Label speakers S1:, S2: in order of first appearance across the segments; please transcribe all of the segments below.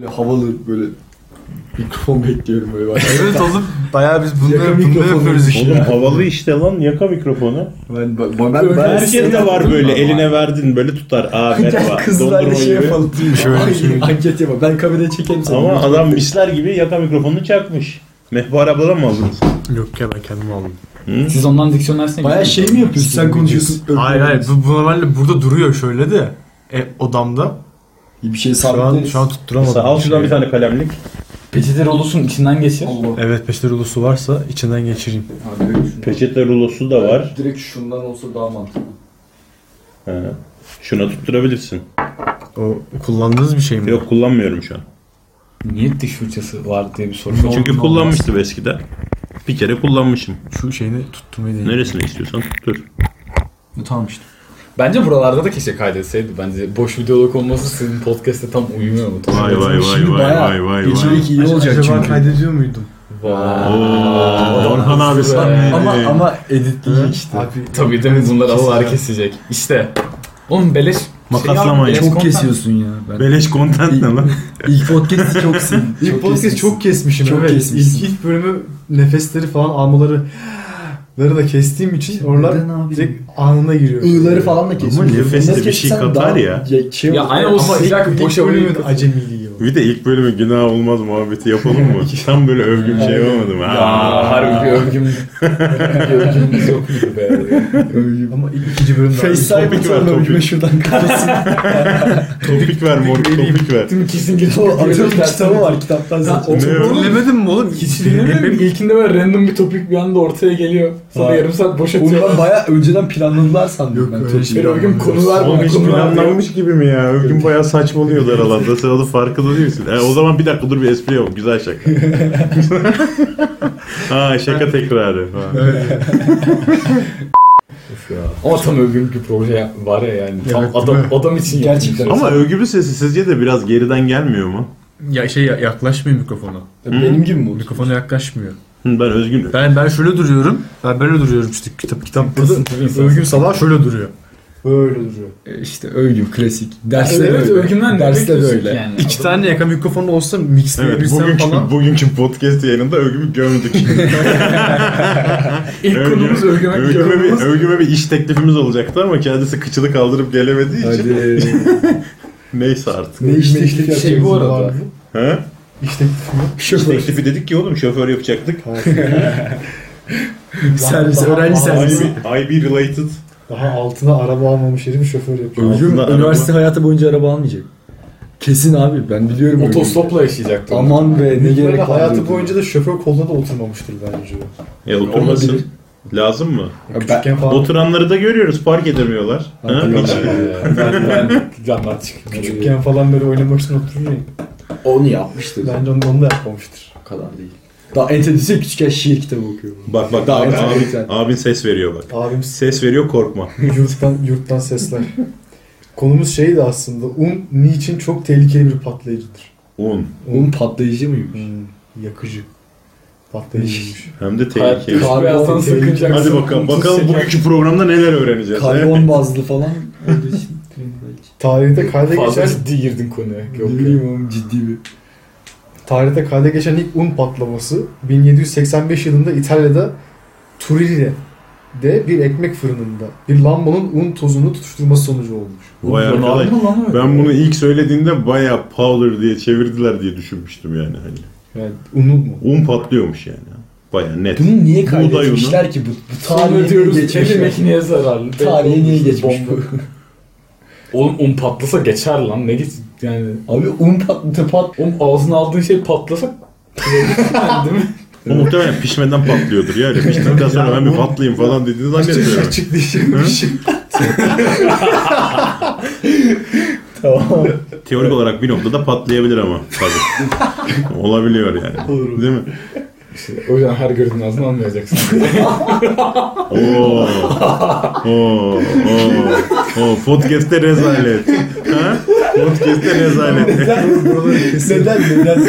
S1: Böyle havalı böyle mikrofon bekliyorum böyle bak.
S2: Evet oğlum bayağı biz
S1: Yakın
S2: bunları, bunları
S1: mikrofonu.
S2: yapıyoruz işte.
S3: Oğlum havalı işte lan yaka mikrofonu.
S1: Ben, ben, ben, ben,
S3: Herkes de var böyle eline verdin böyle tutar. Aa
S1: Gel
S3: merhaba
S1: kızlarla
S3: dondurma
S1: şey
S3: gibi.
S1: yapalım.
S2: Şöyle
S1: Ay,
S2: şöyle.
S1: Anket yapalım. Ben kameraya çekerim seni.
S3: Ama adam misler gibi yaka mikrofonunu çakmış. Mehbar abladan mı aldınız?
S2: Yok ya ben kendim aldım.
S4: Siz ondan diksiyon dersine
S1: Baya şey mi yapıyorsun? Sen konuşuyorsun.
S2: Hayır hayır bu, bu normalde burada duruyor şöyle de. E, odamda.
S1: Bir şey
S2: Şu an,
S1: sabitleriz.
S2: şu an tutturamadım.
S3: Mesela al şuradan bir tane kalemlik.
S4: Peçete rolosun içinden geçir.
S1: Allah.
S2: Evet peşte rulosu varsa içinden geçireyim.
S1: Ha, direkt şundan-
S3: Peçete rulosu da var.
S1: Direkt şundan olsa daha mantıklı.
S3: He. Şuna tutturabilirsin.
S2: O kullandığınız bir şey mi?
S3: Yok kullanmıyorum şu an.
S4: Niye diş fırçası var diye bir soru.
S3: Çünkü kullanmıştım eskiden. Bir kere kullanmışım.
S2: Şu şeyini tutturmayı deneyim.
S3: Neresine istiyorsan tuttur.
S4: Tamam işte. Bence buralarda da keşke kaydetseydi. Bence boş videolog olması sizin podcast'e tam uymuyor mu? Tam
S3: Vay vay vay
S1: Şimdi
S3: vay
S1: bayağı
S3: vay vay vay.
S1: Geçerlik iyi olacak
S2: Acaba
S1: çünkü.
S2: kaydediyor muydum?
S4: Vay.
S3: Oo, Orhan abi sen
S1: Ama ama editleyecek işte.
S4: Tabii değil mi? Bunlar aslar kesecek. İşte. Oğlum beleş...
S3: Makaslamayın.
S1: Çok kesiyorsun ya. Ben.
S3: Beleş content ne lan?
S1: İlk podcast'i çok sin.
S5: İlk podcast çok kesmişim
S1: Çok
S5: evet.
S1: kesmişsin.
S5: İlk, ilk bölümü nefesleri falan almaları da kestiğim için oralar
S1: Neden abi?
S5: direkt anına giriyor.
S1: I'ları falan da kesiyorsun.
S3: nefeste
S1: Nasıl
S3: bir şey
S1: kesen
S3: katar
S1: daha-
S3: ya.
S1: Şey
S4: Ya
S1: olur.
S4: aynı o
S5: Ama
S4: sıcak
S5: ilk, ilk
S4: boşa
S5: bölümün acemiliği o.
S3: Bir de ilk bölümü günah olmaz muhabbeti yapalım mı? Tam böyle övgü bir şey yapamadım.
S4: Aa, harbi bir övgüm. bir övgümüz yok muydu be?
S5: Ama ilk ikinci bölümde
S1: FaceTime
S3: Topik ver,
S1: atalım
S3: topik.
S1: bir şuradan kafasını.
S3: topik ver mor, topik ver.
S4: Tüm kesin gidip
S1: o atıyorum kitabı var kitaptan zaten.
S3: Ne?
S2: Dinlemedin mi oğlum?
S4: Hiç dinlemedim. İlkinde böyle random bir topik bir anda ortaya geliyor. Sonra
S1: Vay.
S4: yarım saat boş
S1: Onu
S4: atıyorlar.
S1: ben bayağı önceden planladılar sandım
S5: Yok,
S1: ben.
S5: öyle
S1: Topik.
S5: şey
S4: Ben o gün konular
S3: Oğlum
S4: bana
S3: hiç
S4: konular diyor.
S3: planlanmış gibi mi ya? Övgün bayağı saçmalıyordu aralanda. Sen onun farkında değilsin. E, o zaman bir dakika dur bir espri yap. Güzel şaka. ha şaka tekrarı. Ha.
S4: Ama tam övgüm bir proje ya- var ya yani. Tam
S5: Evet, değil
S4: adam, adam için şey.
S1: Gerçekten.
S4: yapılmış.
S3: Ama övgülü sesi sizce de biraz geriden gelmiyor mu?
S2: Ya şey ya- yaklaşmıyor mikrofona.
S1: Benim gibi mi oldu?
S2: Mikrofona yaklaşmıyor.
S3: Hı, Ben özgünüm.
S2: Ben ben şöyle duruyorum. Ben böyle duruyorum işte kitap kitap burada.
S4: Kasıntı bir insan.
S2: Övgüm sabah şöyle duruyor.
S5: Böyle duruyor.
S3: E,
S1: İşte övgü klasik. Derste
S4: Evet,
S1: de
S4: evet
S1: öyle.
S4: övgümden
S1: Derste de öyle.
S4: Yani.
S2: İki tane yaka mikrofonu olsa mixleyebilsem
S3: Evet, bugünkü,
S2: falan.
S3: bugünkü podcast yayınında övgümü gömdük.
S4: İlk
S3: Övgü-
S4: konumuz övgüme
S3: Övgüme bir, övgüme bir iş teklifimiz olacaktı ama kendisi kıçını kaldırıp gelemediği için
S1: Hadi.
S3: neyse artık.
S1: ne iş teklif
S4: Şey
S1: yapacağız
S4: bu arada.
S3: He?
S5: İşte
S3: İş
S1: Şoför.
S3: teklifi dedik ki oğlum şoför yapacaktık.
S1: Servis. Öğrenci servisi.
S3: IB related.
S5: daha altına araba almamış herif şoför yapıyor.
S1: Övgüm
S3: Altında
S1: üniversite hayatı boyunca araba almayacak. Kesin abi ben biliyorum. övgümü.
S4: Otostopla yaşayacaktı.
S1: Aman be ne gerek
S5: Böyle
S1: var.
S5: hayatı
S1: övgüme.
S5: boyunca da şoför koluna da oturmamıştır bence.
S3: Ya
S1: Olabilir.
S3: oturmasın. Lazım mı?
S5: Küçükken falan.
S3: Oturanları da görüyoruz fark edemiyorlar. Ha?
S4: Ben,
S3: Hiç-
S5: şey.
S4: Ee, ben, ben Ee, candan çıktım.
S5: Küçükken falan böyle oynamak için oturur ya.
S1: Onu yapmıştır.
S5: Bence onu, onu da yapmamıştır.
S1: O kadar değil. Daha entedüse küçükken şiir kitabı okuyor.
S3: Bak bak
S1: Daha
S3: abi,
S1: güzel,
S3: abin-
S1: güzel.
S3: abin ses veriyor bak.
S5: Abim
S3: Ses veriyor korkma.
S5: Yurttan, yurttan sesler. Konumuz şeydi aslında. Un niçin çok tehlikeli bir patlayıcıdır?
S3: Un.
S1: Onun patlayıcı mıymış?
S5: Yakıcı. Patlayıcıymış.
S3: Hem de tehlikeli.
S4: Hayatta beyazdan sakınacaksın.
S3: Hadi bakalım.
S5: Unsuz
S3: Bakalım
S5: şeker.
S3: bugünkü programda neler öğreneceğiz. he?
S1: Karbon bazlı falan olduğu için. Belki.
S5: Tarihte kayda
S4: Fazla
S5: geçen...
S4: ciddi girdin konuya. Yok
S1: Ne
S4: yok.
S1: bileyim oğlum ciddi bir.
S5: Tarihte kayda geçen ilk un patlaması 1785 yılında İtalya'da Turille de bir ekmek fırınında bir lambanın un tozunu tutuşturması sonucu olmuş.
S3: Vay arkadaş. Ben bunu ilk söylediğinde bayağı powder diye çevirdiler diye düşünmüştüm yani. Hani.
S5: Yani unu mu?
S3: Un patlıyormuş yani. Bayağı net.
S1: Bunu niye
S3: Buğday unu.
S1: kaydetmişler ki? Bu, bu
S4: Sonra
S1: tarihe niye
S4: diyoruz evi
S1: geçmiş?
S4: makineye zararlı.
S1: Tarihe niye geçmiş
S4: Bomba. Oğlum un patlasa geçer lan. Ne git yani.
S1: Abi un patladı pat.
S4: Oğlum ağzına aldığın şey patlasa yani değil mi?
S3: Bu muhtemelen pişmeden patlıyordur ya. Öyle piştikten sonra ben bir patlayayım falan dediğini zannetmiyorum.
S5: Açık değiştirmiş.
S1: Tamam.
S3: Teorik olarak bir noktada patlayabilir ama. Tabii. Olabiliyor yani.
S5: Olur.
S3: Değil mi?
S4: İşte o yüzden her gördüğün ağzını almayacaksın.
S3: Oo. Oo. Oo. Oo. Podcast'te rezalet. Ha? Podcast'te rezalet.
S1: neden neden?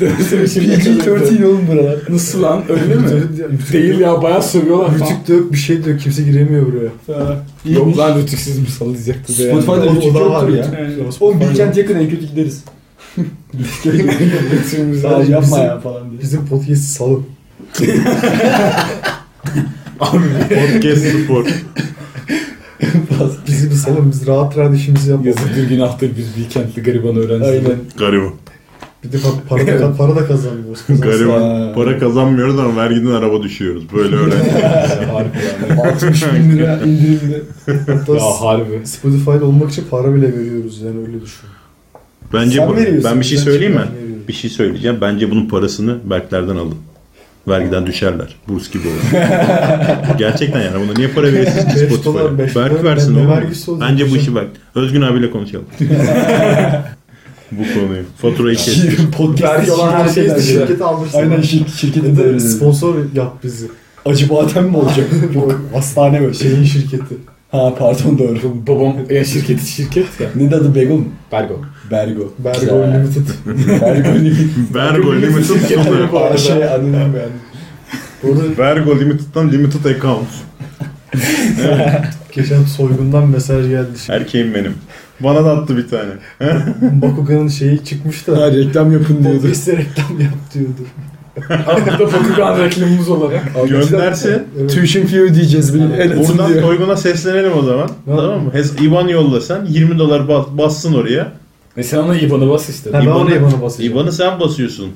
S4: Dönsene şimdi.
S1: PG-13 oğlum buralar.
S4: Nasıl lan öyle mi? Değil ya bayağı sövüyorlar.
S5: Rütük dök bir şey dök kimse giremiyor buraya.
S4: Yok lan rütüksüz bir salı diyecekti. de yani.
S1: Spotify'da
S5: O- o
S1: rütük
S5: daha
S1: yoktur
S5: var,
S1: ya.
S5: rütük.
S1: Oğlum Bilkent yakın en kötü gideriz. Sağ ol, yapma ya falan diye.
S5: Bizim podcast'i salın.
S3: Abi podcast spor.
S5: Bizi bir salın. Biz rahat rahat işimizi yapalım.
S4: Yazıktır günahtır biz bir kentli gariban öğrenciyiz.
S5: Aynen.
S3: Gariban.
S5: Bir de bak para da, para da kazanmıyoruz. Kazansak-
S3: Gariban. Para kazanmıyoruz ama vergiden araba düşüyoruz. Böyle öğrenci.
S4: harbi yani.
S1: 60 bin lira indirimli.
S5: Hatta
S4: Ya harbi.
S5: Spotify'da olmak için para bile veriyoruz yani öyle düşün.
S3: Bence
S5: Sen veriyorsun,
S3: bu, ben bir şey
S5: ben
S3: söyleyeyim mi?
S5: çıkarım, veriyorum.
S3: Bir şey söyleyeceğim. Bence bunun parasını Berklerden alın. Vergiden düşerler. Burs gibi olur. Gerçekten yani buna niye para veriyorsunuz ki
S5: Beş dolar,
S3: Spotify'a?
S5: beş dolar,
S3: Berk versin
S5: ne
S3: oğlum.
S5: vergisi olacak
S3: Bence bu
S5: hocam?
S3: işi Berk. Özgün abiyle konuşalım. bu konuyu. Faturayı kes.
S1: Podcast
S5: Vergi olan her şeyi
S1: şirket.
S5: şirket almışsın.
S1: şey Aynen
S5: Aynen.
S1: şir şirketin de
S5: Sponsor yap bizi.
S1: Acı badem mi olacak? Yok hastane böyle şey.
S5: Şeyin şirketi.
S1: Ha pardon doğru.
S4: Babam ya şirketi şirket ya.
S1: Ne adı Begum? mu?
S4: Bergo.
S1: Bergo.
S5: Bergo Limited.
S1: Bergo Limited.
S3: Vergo Limited sonu.
S1: Aa, şey anonim yani.
S5: Burada
S3: Vergo Limited'dan Limited Account.
S5: geçen soygundan mesaj geldi. Şimdi
S3: Erkeğim benim. Bana da attı bir tane.
S5: Bakugan'ın şeyi çıkmış da.
S1: Ha, reklam yapın diyordu.
S5: Podcast'e reklam yap diyordu.
S4: Aklımda Bakugan reklamımız olarak.
S3: Gönderse
S5: Evet.
S1: Tuition fee ödeyeceğiz bir el atın
S3: buradan
S1: diyor.
S3: soyguna seslenelim o zaman.
S5: Ne?
S3: Tamam mı? Hes İvan yollasan 20 dolar bas- bassın oraya.
S4: Ve sen ona IBAN'ı bas işte.
S5: Ha, ben
S3: İban'ı-
S5: oraya bana basacağım.
S3: İvan'ı sen basıyorsun.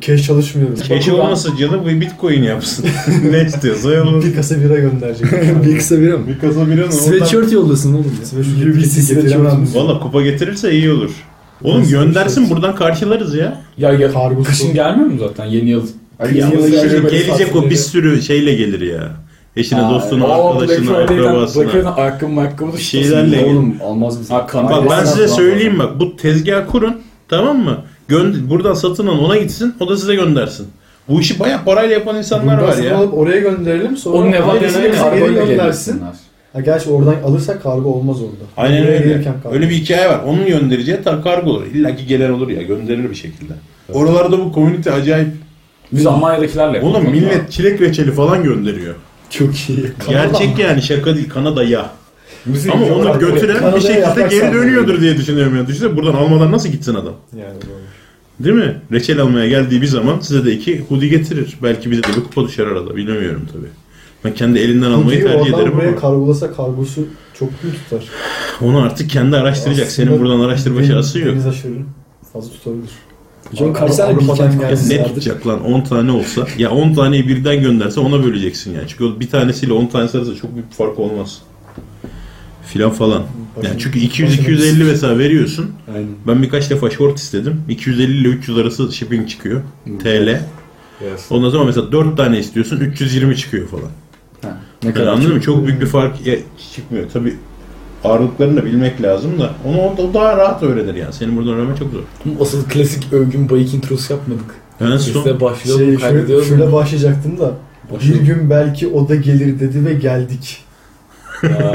S5: Cash çalışmıyorum.
S3: Keş olmasın canım bu bitcoin yapsın. ne istiyorsa yolunu.
S5: Bir kasa bira gönderecek.
S1: Bir kısa bir ama.
S3: Bir kasa biliyor
S1: Sweatshirt yollasın oğlum. ya.
S5: Sweatshirt
S1: UBC
S5: getiremem.
S1: sweatshirt.
S3: Valla kupa getirirse iyi olur. Oğlum
S5: Nasıl
S3: göndersin
S5: sweatshirt?
S3: buradan karşılarız ya.
S4: Ya, ya
S5: Kargosu.
S4: kışın gelmiyor mu zaten yeni yıl?
S1: Ya,
S3: Ama
S1: yılda
S3: şimdi
S1: gelecek böyle
S3: gelecek o
S1: tatilleri.
S3: bir sürü şeyle gelir ya. Eşine,
S1: Aa,
S3: dostuna,
S4: Aa, Black
S3: arkadaşına,
S4: Friday'den Black Friday'den
S3: akrabasına.
S4: ayakkabı mayakkabı da
S3: Bir şeylerle
S4: tutasın.
S3: gelir.
S6: Oğlum almaz mısın?
S4: Ha,
S3: Bak
S4: kan-
S3: ben
S4: Ailesinden
S3: size
S4: falan
S3: söyleyeyim bak bu tezgah kurun tamam mı? Gönd buradan satın alın ona gitsin o da size göndersin. Bu işi baya parayla yapan insanlar var
S5: Bundan
S3: ya.
S5: alıp oraya gönderelim sonra
S4: Onun nevadesini
S5: bize geri
S4: kargoyla
S5: göndersin.
S4: gelirsinler.
S5: Ha, gerçi oradan alırsak kargo olmaz orada.
S3: Aynen
S5: Buraya
S3: öyle.
S5: gelirken kargo.
S3: Öyle bir hikaye var. Onun göndereceği tar kargo olur. İlla ki gelen olur ya gönderilir bir şekilde. Oralarda bu komünite acayip.
S4: Biz Almanya'dakilerle yapalım.
S3: Oğlum millet çilek reçeli falan gönderiyor.
S1: Çok iyi.
S3: Gerçek yani şaka değil Kanada'ya.
S4: Bizim
S3: Ama onu
S4: Kanada'ya-
S3: götüren bir
S5: Kanada'ya
S3: şekilde
S5: yaprak
S3: geri
S5: sarmıyor.
S3: dönüyordur diye düşünüyorum yani. Düşünsene buradan almadan nasıl gitsin adam?
S5: Yani doğru.
S3: Değil mi? Reçel almaya geldiği bir zaman size de iki hoodie getirir. Belki bize de bir kupa düşer arada. Bilemiyorum tabii. Ben kendi elinden şey almayı
S5: Çünkü
S3: tercih
S5: oradan
S3: ederim
S5: buraya
S3: ama
S5: kargolasa kargosu çok büyük tutar.
S3: onu artık kendi araştıracak. Senin
S5: Aslında
S3: buradan araştırma
S5: deniz-
S3: şansı yok.
S5: Deniz aşırı fazla tutabilir.
S1: Hocam kaç tane
S5: Avrupa'dan
S1: Bilkent
S5: geldi.
S3: Ya
S1: Kalesi
S3: ne
S1: vardı?
S3: tutacak lan 10 tane olsa? Ya 10 taneyi birden gönderse ona böleceksin yani. Çünkü o bir tanesiyle 10 tanesi arasında çok büyük bir fark olmaz. Filan falan. Yani çünkü 200-250 mesela veriyorsun.
S1: Aynen.
S3: Ben birkaç defa short istedim. 250 ile 300 arası shipping çıkıyor. TL.
S4: Yes.
S3: Ondan sonra mesela 4 tane istiyorsun 320 çıkıyor falan.
S6: ne
S3: Yani
S6: kadar
S3: anladın mı? Çok büyük bir fark ya- çıkmıyor. Tabii ağırlıklarını da bilmek lazım da onu o da- daha rahat öğrenir yani. Senin buradan öğrenmen çok zor.
S4: Oğlum Asıl klasik övgün bayık introsu yapmadık.
S3: En son
S4: Bizde başlayalım
S5: Şey, şöyle,
S4: kaydediyoruz.
S5: şöyle başlayacaktım da bir
S4: Başlayalım.
S5: gün belki o da gelir dedi ve geldik.
S4: Ya.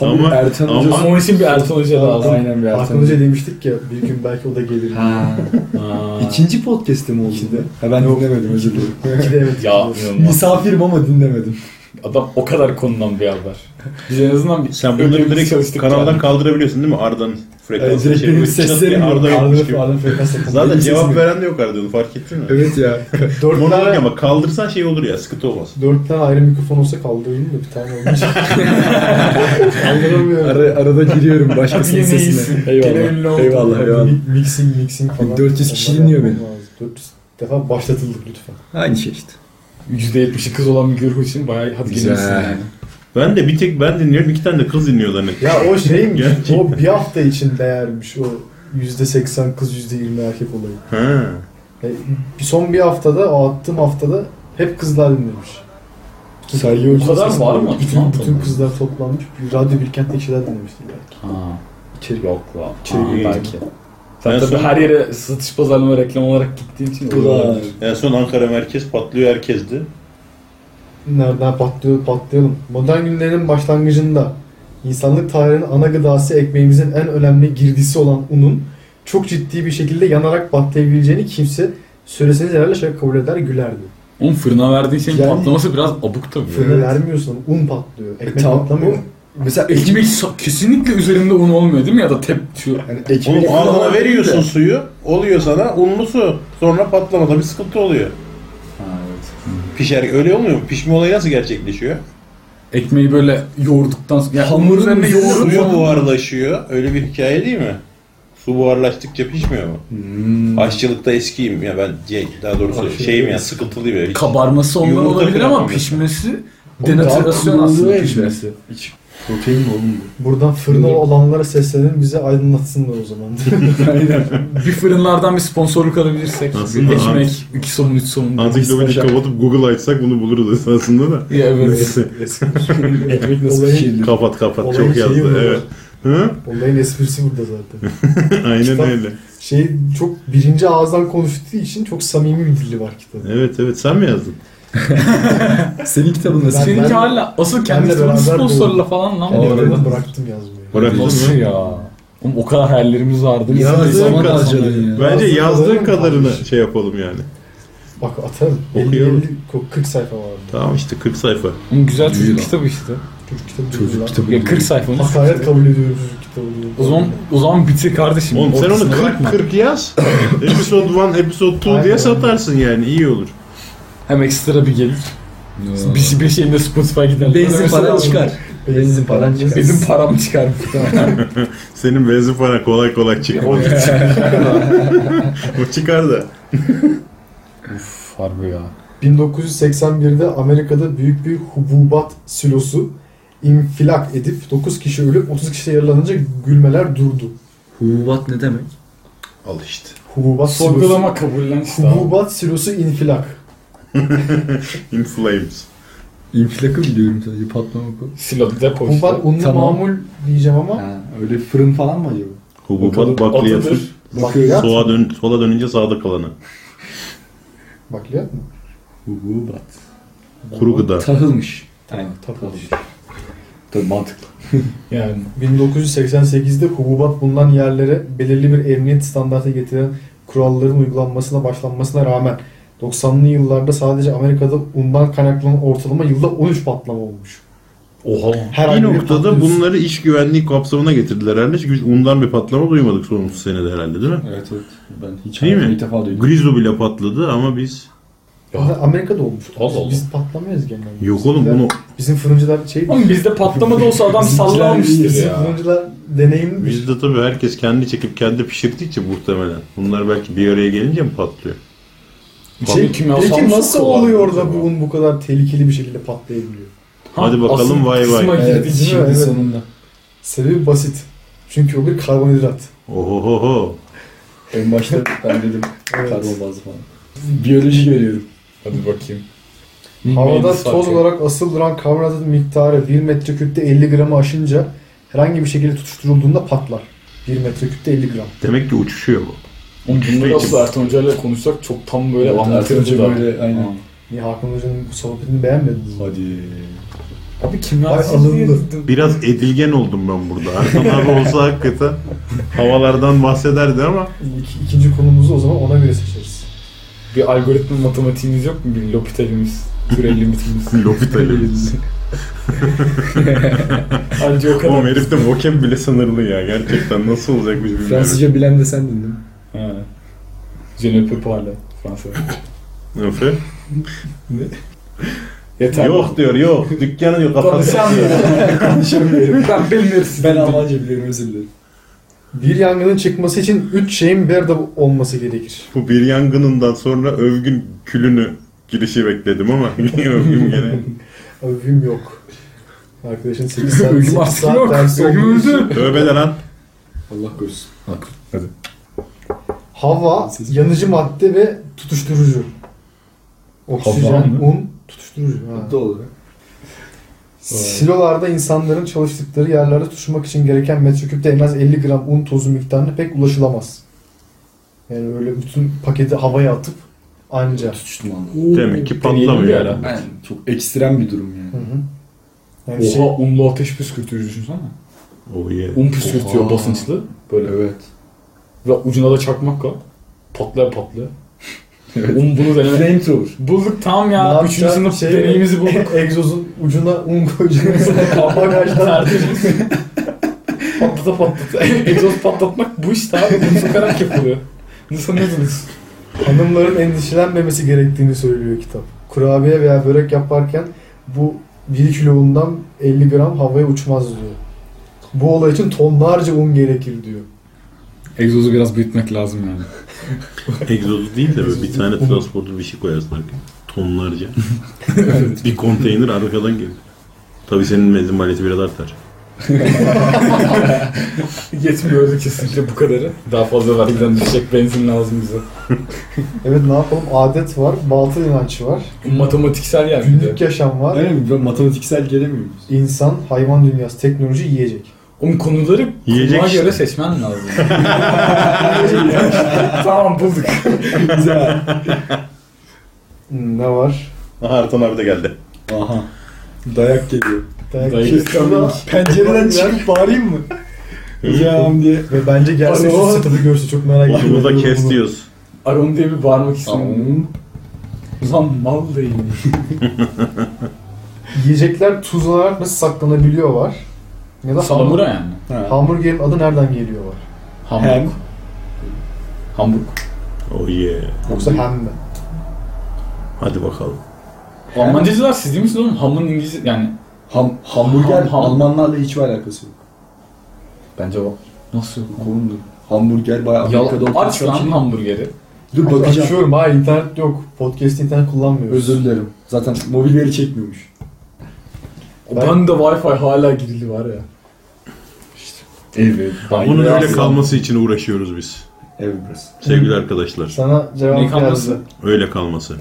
S1: Tam
S3: Ama-
S1: Ertan
S3: ama-
S1: Hoca
S4: Ama onun için bir Ertan Hoca lazım.
S6: Aynen bir
S5: Hakan
S6: Ertan.
S5: Hoca şey demiştik ya bir gün belki o da gelir.
S6: Ha.
S4: Aa.
S1: İkinci podcast'te mi oldu?
S5: İkide.
S1: Ha ben dinlemedim özür dilerim.
S5: İki de evet.
S4: Ya inanılmaz.
S1: Misafirim ama dinlemedim.
S4: Adam o kadar konudan bir haber. Biz en azından bir
S3: sen bunları
S4: ömrümüz
S3: direkt
S4: çalıştık
S3: kanaldan
S4: yani.
S3: kaldırabiliyorsun değil mi? Arda'nın frekansını
S1: Evet, direkt benim
S3: çeviriyor. Çıt
S1: seslerim
S3: şey, diye
S1: yok.
S3: Arda
S1: Arda-
S3: yokmuş gibi.
S5: Arda frekans yapalım.
S3: Zaten
S1: benim
S3: cevap
S1: sesim
S3: veren de yok Arda'nın fark ettin mi?
S1: Evet ya.
S5: Dört
S3: Monolog
S5: tane-
S3: ama kaldırsan şey olur ya sıkıntı olmaz.
S5: Dört tane ayrı mikrofon olsa kaldırırım da bir tane olmayacak. Kaldıramıyorum.
S1: Ara, arada giriyorum başkasının
S4: Yine iyisin.
S1: sesine.
S4: Gene ünlü
S1: Eyvallah.
S4: oldun.
S1: Eyvallah. eyvallah.
S5: Mi- Mixing mixing falan.
S1: 400 kişi
S5: Onları
S1: dinliyor
S5: yapmam lazım. 400 defa başlatıldık lütfen.
S1: Aynı şey işte.
S4: %70'i kız olan bir güruh için bayağı hadi
S1: Güzel.
S4: gelirsin yani.
S3: Ben de bir tek ben dinliyorum iki tane de kız dinliyor zannettim.
S5: Ya o şeymiş,
S3: Gerçekten.
S5: o bir hafta için değermiş o %80 kız %20 erkek olayı.
S3: Ha.
S5: E, bir son bir haftada, o attığım haftada hep kızlar dinlemiş.
S1: Saygı
S4: O kadar var mı?
S5: Bütün, bütün kızlar toplanmış, bir radyo Bilkent'te kişiler dinlemiştir belki.
S4: Ha.
S5: İçerik.
S4: Yok lan.
S3: Çeviriyor
S4: Aa,
S3: yani.
S4: belki. Sen
S3: En
S4: tabii
S3: son-
S4: her yere satış pazarlama reklam olarak gittiğin için
S1: Ulan.
S3: En son Ankara merkez patlıyor herkesti.
S5: Nereden patlıyor patlayalım. Modern günlerin başlangıcında insanlık tarihinin ana gıdası ekmeğimizin en önemli girdisi olan unun çok ciddi bir şekilde yanarak patlayabileceğini kimse söyleseniz herhalde şaka kabul eder gülerdi.
S4: Onun fırına verdiğin şeyin
S5: Yani-
S4: patlaması biraz abuk tabii.
S3: E,
S5: Fırına vermiyorsun un patlıyor. Ekmek
S1: tam-
S5: patlamıyor.
S1: un- Mesela ekmek,
S4: Ekmek so- kesinlikle üzerinde un olmuyor değil mi ya da tep şu
S1: yani ekmek
S7: Oğlum ağzına
S1: falan değil de-
S7: veriyorsun suyu, oluyor sana unlu su. Sonra patlamada bir sıkıntı oluyor.
S4: Ha evet.
S7: Pişer öyle olmuyor mu? Pişme olayı nasıl gerçekleşiyor?
S4: Ekmeği böyle yoğurduktan sonra yani
S1: Hamurun
S4: hamurun üzerine
S1: üzerine
S4: yoğurup
S7: Suyu buharlaşıyor. Öyle bir hikaye değil mi? Su buharlaştıkça pişmiyor mu?
S4: Hmm.
S7: Aşçılıkta eskiyim ya ben şey, daha doğrusu şeyim ya sıkıntılıyım ya. Hiç-
S4: kabarması ondan
S7: Yumurta
S4: olabilir
S7: falan
S4: ama
S7: yapıyor.
S4: pişmesi
S1: daha
S4: denaturasyon
S1: kuruluğu
S4: aslında
S1: ekmek.
S4: pişmesi.
S1: Protein mi oğlum bu?
S5: Buradan fırına olanlara seslenelim bize aydınlatsınlar o zaman.
S4: bir fırınlardan bir sponsorluk alabilirsek.
S3: Aslında
S4: bir
S3: ant-
S4: ekmek, iki somun, üç somun.
S3: Ansiklopedi
S1: Taşak.
S3: kapatıp Google açsak bunu buluruz esasında da.
S4: Ya evet.
S3: Neyse.
S1: Ekmek nasıl
S5: Olayın-
S1: pişirilir?
S3: kapat kapat
S5: Olayın
S3: şey? çok
S5: şeyi
S3: yazdı.
S5: burada.
S3: Evet. Hı?
S5: Olayın esprisi burada zaten.
S3: Aynen
S5: Kitap-
S3: öyle.
S5: Şey çok birinci ağızdan konuştuğu için çok samimi bir dili var kitabın.
S3: Evet evet sen mi yazdın?
S1: Senin kitabın nasıl?
S5: Ben-
S4: Seninki
S5: ben-
S4: hala asıl kendi
S5: Benle
S4: kitabın
S5: beraber
S4: sponsorla falan lan bu
S5: Yani ben
S4: arada.
S5: bıraktım yazmayı.
S3: Bırak
S4: Nasıl
S3: mı?
S4: ya? Oğlum o kadar hayallerimiz vardı. Biz
S1: Yazdığın
S4: de zaman
S1: kadar-
S4: harcadın ya.
S3: Bence
S5: Yazdığın
S3: yazdığın
S5: kadarını
S3: kadarını
S5: kalmış.
S3: şey yapalım yani.
S5: Bak atarım.
S3: Okuyorum.
S5: 50, 50, 40 sayfa vardı.
S3: Tamam işte 40 sayfa.
S4: Oğlum güzel çocuk
S1: Büyük.
S4: kitabı işte.
S5: Çocuk kitabı.
S1: Çocuk
S5: kitabı.
S1: kitabı.
S4: Ya 40 sayfa. mı?
S5: Hakaret kabul ediyorum çocuk kitabı. diyor.
S4: O zaman o zaman bitir kardeşim.
S3: Oğlum sen onu
S4: Ortasına
S3: 40
S4: bırakma.
S3: 40 yaz. episode 1, episode 2
S5: Aynen.
S3: diye satarsın yani iyi olur.
S4: Hem ekstra bir gelir. Biz beş elinde Spotify gider.
S1: Benzin paran çıkar. Benzin paran çıkar.
S4: Bizim param çıkar muhtemelen.
S3: Senin benzin para kolay kolay çıkmaz. o çıkar da.
S4: Uf, Harbi ya.
S5: 1981'de Amerika'da büyük bir hububat silosu infilak edip 9 kişi ölüp 30 kişi yaralanınca gülmeler durdu.
S1: Hububat ne demek?
S7: Al işte.
S5: Hububat silosu.
S4: Sorgulama kabullen işte abi.
S5: Hububat silosu infilak.
S3: In flames.
S1: İnfilakı biliyorum sadece patlama kol.
S4: Silo depo işte.
S5: Hububat unlu
S1: Tamam.
S5: mamul diyeceğim ama
S1: Ha, öyle fırın falan mı acaba?
S3: Hububat bakliyatı.
S4: Atılır.
S5: bakliyat,
S3: Sola, dön, sola dönünce sağda kalanı.
S5: bakliyat mı?
S1: Hububat.
S3: Kuru gıda.
S1: Tahılmış.
S4: Aynen.
S1: Tahılmış. Tabii mantıklı.
S4: Yani
S5: 1988'de hububat bulunan yerlere belirli bir emniyet standartı getiren kuralların uygulanmasına başlanmasına rağmen 90'lı yıllarda sadece Amerika'da undan kaynaklanan ortalama yılda 13 patlama olmuş.
S4: oha.
S5: Her ay
S3: Bir
S5: bir
S3: noktada
S5: patlıyorsun.
S3: bunları iş güvenliği kapsamına getirdiler herhalde. Çünkü biz undan bir patlama duymadık son 30 senede herhalde değil mi?
S1: Evet evet. Ben hiç
S3: Değil
S1: hayatımda
S3: mi?
S1: ilk defa duydum.
S3: Grizzly bile patladı ama biz
S5: Bunlar Amerika'da olmuş.
S4: Allah Allah.
S5: Biz patlamıyoruz genelde.
S3: yok oğlum
S5: Bizimkiler-
S3: bunu
S5: Bizim fırıncılar şey...
S4: Oğlum bizde patlama da olsa adam
S5: Bizimkiler-
S4: sallamıştır
S5: Bizim
S4: ya.
S5: fırıncılar deneyimli.
S3: biz de tabii herkes kendi çekip kendi pişirdikçe muhtemelen. Bunlar belki bir araya gelince mi patlıyor?
S4: Tabii
S5: Şey,
S4: kimyasal
S5: peki
S4: mı
S5: nasıl
S4: sokuyorlar
S5: oluyor da
S4: acaba?
S5: bu un bu kadar tehlikeli bir şekilde patlayabiliyor?
S3: Hadi bakalım,
S4: asıl
S3: vay vay.
S4: Kısma
S5: Evet,
S4: girdik şimdi
S5: evet.
S4: sonunda.
S5: Sebebi basit. Çünkü o bir karbonhidrat.
S3: Ohohoho.
S1: En başta ben dedim
S5: Evet.
S1: karbon bazlı falan. Biyoloji görüyorum.
S4: Hadi bakayım.
S5: Havada
S4: Meydan
S5: toz
S4: farkı.
S5: olarak asıl duran karbonhidratın miktarı 1 metreküpte 50 gramı aşınca herhangi bir şekilde tutuşturulduğunda patlar. 1 metreküpte 50 gram.
S3: Demek ki uçuşuyor bu.
S4: Oğlum bunları
S3: Düştüğü
S4: asıl
S3: için.
S4: Ertan Hoca ile konuşsak çok tam böyle
S1: Evet,
S4: anlatıcı
S1: Ertan
S4: da.
S1: Hoca böyle, aynen.
S4: Ha.
S5: Niye Hakan Hoca'nın bu sohbetini beğenmediniz mi?
S1: Hadi.
S4: Abi kimyasal
S5: Ay, alındı.
S4: diye-
S3: Biraz edilgen oldum ben burada. Ertan abi olsa hakikaten havalardan bahsederdi ama
S5: İki, ikinci konumuzu o zaman ona göre seçeriz.
S4: Bir algoritma matematiğimiz yok mu? Bir L'Hopital'imiz, türev limitimiz.
S3: Lopital'imiz.
S4: Anca o
S3: Oğlum
S4: kadar.
S3: herif de vokab bile sınırlı ya. Gerçekten nasıl olacakmış bilmiyorum.
S1: Fransızca bilen de sendin değil mi?
S4: Ha. Je ne peux parler Fransa.
S3: Öfe.
S4: Yeter.
S3: Yok diyor yok. Dükkanın yok. Kapat.
S4: Konuşamıyorum. Konuşamıyorum. Ben bilmiyorum.
S1: Ben Almanca biliyorum özür dilerim.
S5: Bir yangının çıkması için 3 şeyin bir arada olması gerekir.
S3: Bu bir yangınından sonra övgün külünü girişi bekledim ama övgüm gene.
S5: Övgüm yok. Arkadaşın 8 saat,
S4: Ölüm
S5: 8
S4: artık
S5: saat
S4: yok.
S5: dersi
S4: Ölüm
S5: olduğu için
S4: öldü.
S3: Tövbe de lan.
S1: Allah korusun.
S5: Hava,
S1: Sesi-
S5: yanıcı madde ve tutuşturucu.
S4: Hava
S5: Oksijen,
S4: mı?
S5: un, tutuşturucu. Ha.
S1: Doğal olarak.
S5: Silolarda insanların çalıştıkları yerlerde tutuşmak için gereken metreküpte en az 50 gram un tozu miktarına pek ulaşılamaz. Yani öyle bütün paketi havaya atıp anca.
S1: Tutuştum anlamı.
S3: Demek ki patlamıyor.
S4: Deneyelim
S1: Aynen. Çok ekstrem bir durum yani.
S5: Hı hı. Yani şey,
S4: Oha unlu ateş püskürtücü düşünsene.
S3: Oh yeah.
S4: Un püskürtüyor
S1: Oha.
S4: basınçlı. Böyle.
S1: Evet.
S4: Ve ucuna da çakmak var. Patlaya patlaya. Un bunu deneme.
S1: Flamethrower.
S4: Bulduk tam
S5: Ne
S4: ya.
S5: yapacağız?
S4: Üçüncü sınıf
S5: Şey-
S4: deneyimizi bulduk.
S5: Egzozun ucuna un koyacağız. Kafa kaçtı.
S4: Tertemiz. patlata patlata. Egzoz patlatmak bu işte abi. Bunu sokarak yapılıyor. Ne sanıyordunuz?
S5: Hanımların endişelenmemesi gerektiğini söylüyor kitap. Kurabiye veya börek yaparken bu 1 kiloğundan 50 gram havaya uçmaz diyor. Bu olay için tonlarca un gerekir diyor.
S4: Egzozu biraz büyütmek lazım yani.
S3: Egzozu değil de böyle bir tane transporter bir şey koyarsın arkaya. Tonlarca. bir konteyner arkadan gelir. Tabii senin menzil maliyeti biraz artar.
S4: Yetmiyordu kesinlikle bu kadarı. Daha fazla vergiden düşecek benzin lazım bize.
S5: Evet ne yapalım adet var, batıl inanç var,
S4: Matematiksel yer bir de.
S5: günlük yaşam var,
S1: Aynen böyle matematiksel gelemiyor musun?
S5: insan, hayvan dünyası, teknoloji, yiyecek.
S4: Oğlum konuları
S3: Yiyecek
S4: konuğa
S3: işte.
S4: göre seçmen lazım. tamam bulduk.
S1: Güzel.
S5: Hmm, Ne var?
S3: Aha Ertan abi de geldi.
S1: Aha. Dayak geliyor.
S5: Dayak
S4: Dayak
S5: yiyorsun.
S4: yiyorsun.
S5: Pencereden çıkıp bağırayım mı?
S1: Hocam diye.
S5: Ve bence gelsin
S4: Alo.
S5: şu setup'ı görse çok merak ediyorum.
S3: Bunu da kes
S5: Bunu-
S3: diyoruz.
S4: Aron diye bir bağırmak istedim. Ulan mal değil.
S5: Yiyecekler tuzlanarak nasıl saklanabiliyor var. Ya da
S4: Salamura yani.
S1: Ha.
S5: Hamburgerin adı nereden geliyor var?
S1: Hem.
S4: Hamburg. Hamburg.
S3: Oh yeah.
S5: Yoksa hem mi?
S3: Hadi bakalım.
S4: Almancacılar siz değil misiniz oğlum? Hamın İngilizce yani
S1: Ham, hamburger
S4: Ham- ham.
S1: Almanlarla hiçbir alakası yok.
S4: bence o. Nasıl yok?
S1: Konumdur. Hamburger bayağı Amerika'da
S4: Yalan.
S1: ortaya
S4: Aç
S1: çıkan
S4: lan
S1: şey.
S4: hamburgeri.
S1: Dur
S5: Aç-
S1: bakacağım.
S5: Açıyorum ha internet yok. Podcast internet kullanmıyoruz.
S1: Özür dilerim. Zaten mobil veri çekmiyormuş.
S5: Ben-
S4: Ben de Wi-Fi hala girili var ya. İşte. Evet.
S3: Bunun öyle kalması için uğraşıyoruz biz.
S1: Evet burası.
S3: Sevgili arkadaşlar.
S5: Sana
S4: Ne
S5: cevap
S4: kalması?
S5: geldi.
S3: Öyle kalması.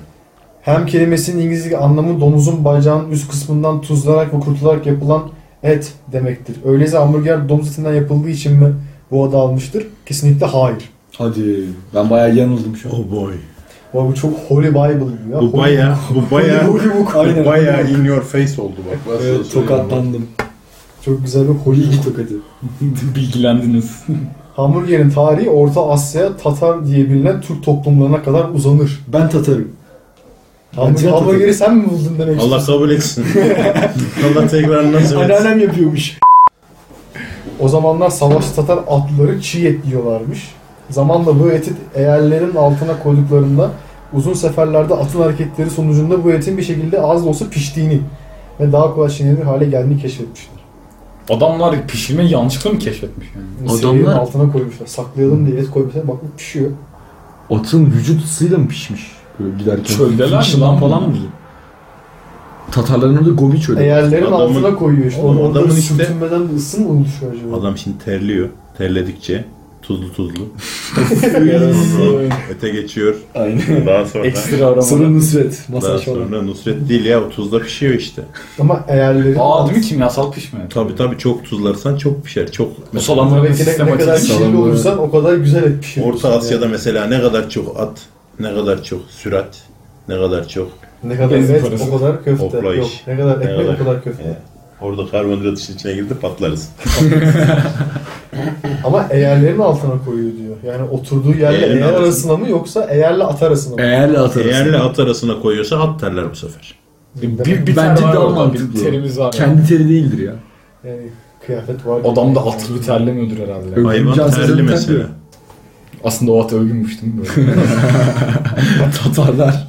S5: Hem kelimesinin İngilizce anlamı domuzun bacağının üst kısmından tuzlanarak ve kurtularak yapılan et demektir. Öyleyse hamburger domuz etinden yapıldığı için mi bu adı almıştır? Kesinlikle hayır.
S1: Hadi. Ben bayağı yanıldım şu an.
S3: Oh boy.
S5: Vay bu çok Holy Bible gibi ya.
S3: Bu
S5: Holy-
S3: baya, bu baya,
S1: Aynen.
S3: bu baya in your face oldu bak. Ben size
S1: Evet,
S3: söyleyeyim.
S1: tokatlandım.
S5: Çok güzel bir Holy
S1: İlgi tokadı.
S4: Bilgilendiniz.
S5: Hamburgerin tarihi Orta Asya, Tatar diye bilinen Türk toplumlarına kadar uzanır.
S1: Ben Tatarım.
S5: Hamburger,
S1: Tatar.
S5: hamburgeri sen mi buldun demek istiyorsun?
S3: Allah kabul etsin. Allah tekrar nasip etsin.
S1: Anneannem yapıyormuş.
S5: O zamanlar savaşçı Tatar atlıları çiğ et yiyorlarmış. Zamanla bu eti eğerlerin altına koyduklarında uzun seferlerde atın hareketleri sonucunda bu etin bir şekilde az da olsa piştiğini ve daha kolay çiğnenir hale geldiğini keşfetmişler.
S4: Adamlar pişirmeyi yanlışlıkla mı keşfetmiş yani?
S5: Seviyenin
S1: Adamlar-
S5: altına koymuşlar. Saklayalım diye et koymuşlar. Bak bu pişiyor.
S1: Atın vücut ısısıyla mı pişmiş? Böyle giderken. şey
S4: Çöldeler mi
S1: Çin'den
S4: lan
S1: falan
S4: bunlar?
S1: mı? Tatarların orada Gobi çölü.
S5: Eğerlerin
S3: Adamın-
S5: altına koyuyor işte.
S3: Oğlum
S5: Onu orada
S3: adamın işte-
S5: sürtünmeden de ısı mı oluşuyor acaba?
S3: Adam şimdi terliyor. Terledikçe tuzlu tuzlu. Öte geçiyor.
S1: Aynen.
S3: Daha sonra.
S4: Ekstra arama.
S1: Sonra Nusret.
S3: Daha
S5: şey
S1: Masaj falan.
S3: sonra Nusret değil ya o tuzla pişiyor işte.
S5: Ama eğerlerin
S4: Aa değil mi kimyasal pişme?
S3: Tabi tabi çok tuzlarsan çok pişer. Çok
S4: Bu
S5: altına
S4: salamura
S5: ve kelek ne
S4: sistematik
S5: kadar kirli
S1: salamura.
S5: olursan o kadar güzel et pişiyor.
S3: Orta Asya'da mesela ne kadar çok at, ne kadar çok sürat, ne kadar çok.
S5: Ne kadar
S4: Benzin
S5: et
S4: parası.
S5: o kadar köfte.
S3: Hopla
S5: Yok,
S3: iş.
S5: ne kadar
S3: Ne
S5: ekmek o
S3: kadar-
S5: kadar köfte.
S3: Ee, Orada karbonhidrat işin içine girdi patlarız.
S5: Ama eğerlerin altına koyuyor diyor. Yani oturduğu yerle
S3: Eğerin
S5: eğer
S3: altına.
S5: arasına mı yoksa eğerle at arasına mı?
S1: Eğerle atarız.
S3: Eğerle at arasına koyuyorsa at terler bu sefer.
S5: Demek
S4: Bir, bir
S1: Bence
S4: Bence var
S1: daha
S4: orada, bir
S1: mantıklı.
S4: terimiz var. yani.
S1: Kendi teri değildir ya.
S5: Yani kıyafet var.
S4: Adam da at gibi terlemiyordur herhalde.
S1: Öyle.
S3: Hayvan
S1: Cansızın
S3: terli
S1: terli.
S3: mesela.
S4: Aslında o at övgünmüş değil mi böyle?
S1: Tatarlar.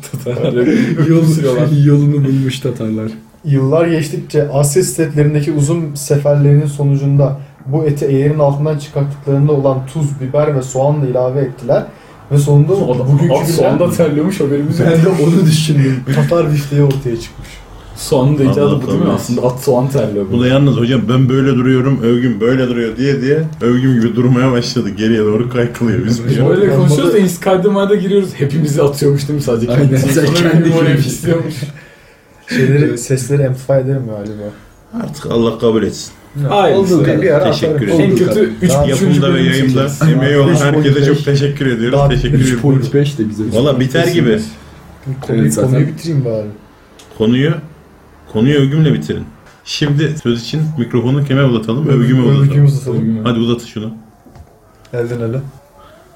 S4: Yol sürüyorlar.
S1: Yolunu bulmuş Tatarlar.
S5: Yıllar geçtikçe Asya setlerindeki uzun seferlerinin sonucunda bu eti eğerin altından çıkarttıklarında olan tuz, biber ve soğan da ilave ettiler. Ve sonunda bugünkü
S4: Bugünkü
S5: güzel
S4: soğanda terliyormuş haberimiz yok.
S1: Ben de onu düşündüm.
S5: Tatar bifteği ortaya çıkmış.
S4: Soğanın da icadı bu değil mi?
S3: Allah.
S4: Aslında at soğan terliyor.
S3: Bu da yalnız hocam ben böyle duruyorum, övgüm böyle duruyor diye diye övgüm gibi durmaya başladı. Geriye doğru kaykılıyor biz
S4: Biz
S3: hocam.
S4: Böyle konuşuyoruz da Instagram'a giriyoruz. Hepimizi atıyormuş değil mi sadece
S1: Aynen,
S4: kendisi?
S1: sen
S4: Sonra
S1: kendi
S4: benim oraya
S1: kendine.
S4: şey istiyormuş.
S5: Şeyleri, sesleri amplify ederim galiba.
S3: Artık Allah kabul etsin.
S4: Hayır.
S1: Oldu
S5: Bir ara
S3: Teşekkür
S5: atarım.
S3: ederim.
S4: En
S1: Oldu
S4: kötü
S1: zaten.
S4: 3.
S5: Daha
S3: Yapımda ve yayımda emeği olan
S5: Beş
S3: herkese
S5: boyut
S3: çok
S5: beş.
S3: teşekkür ediyoruz.
S5: Daha
S3: Teşekkür ediyoruz.
S1: 3.5 de bize.
S3: Valla biter gibi.
S5: Konuyu,
S1: Evet, zaten.
S5: konuyu bitireyim bari.
S3: Konuyu konuyu övgümle bitirin. Şimdi söz için mikrofonu kime uzatalım? Övgüme uzatalım.
S5: Övgümüzü satalım.
S3: Hadi uzat şunu.
S5: Elden ele.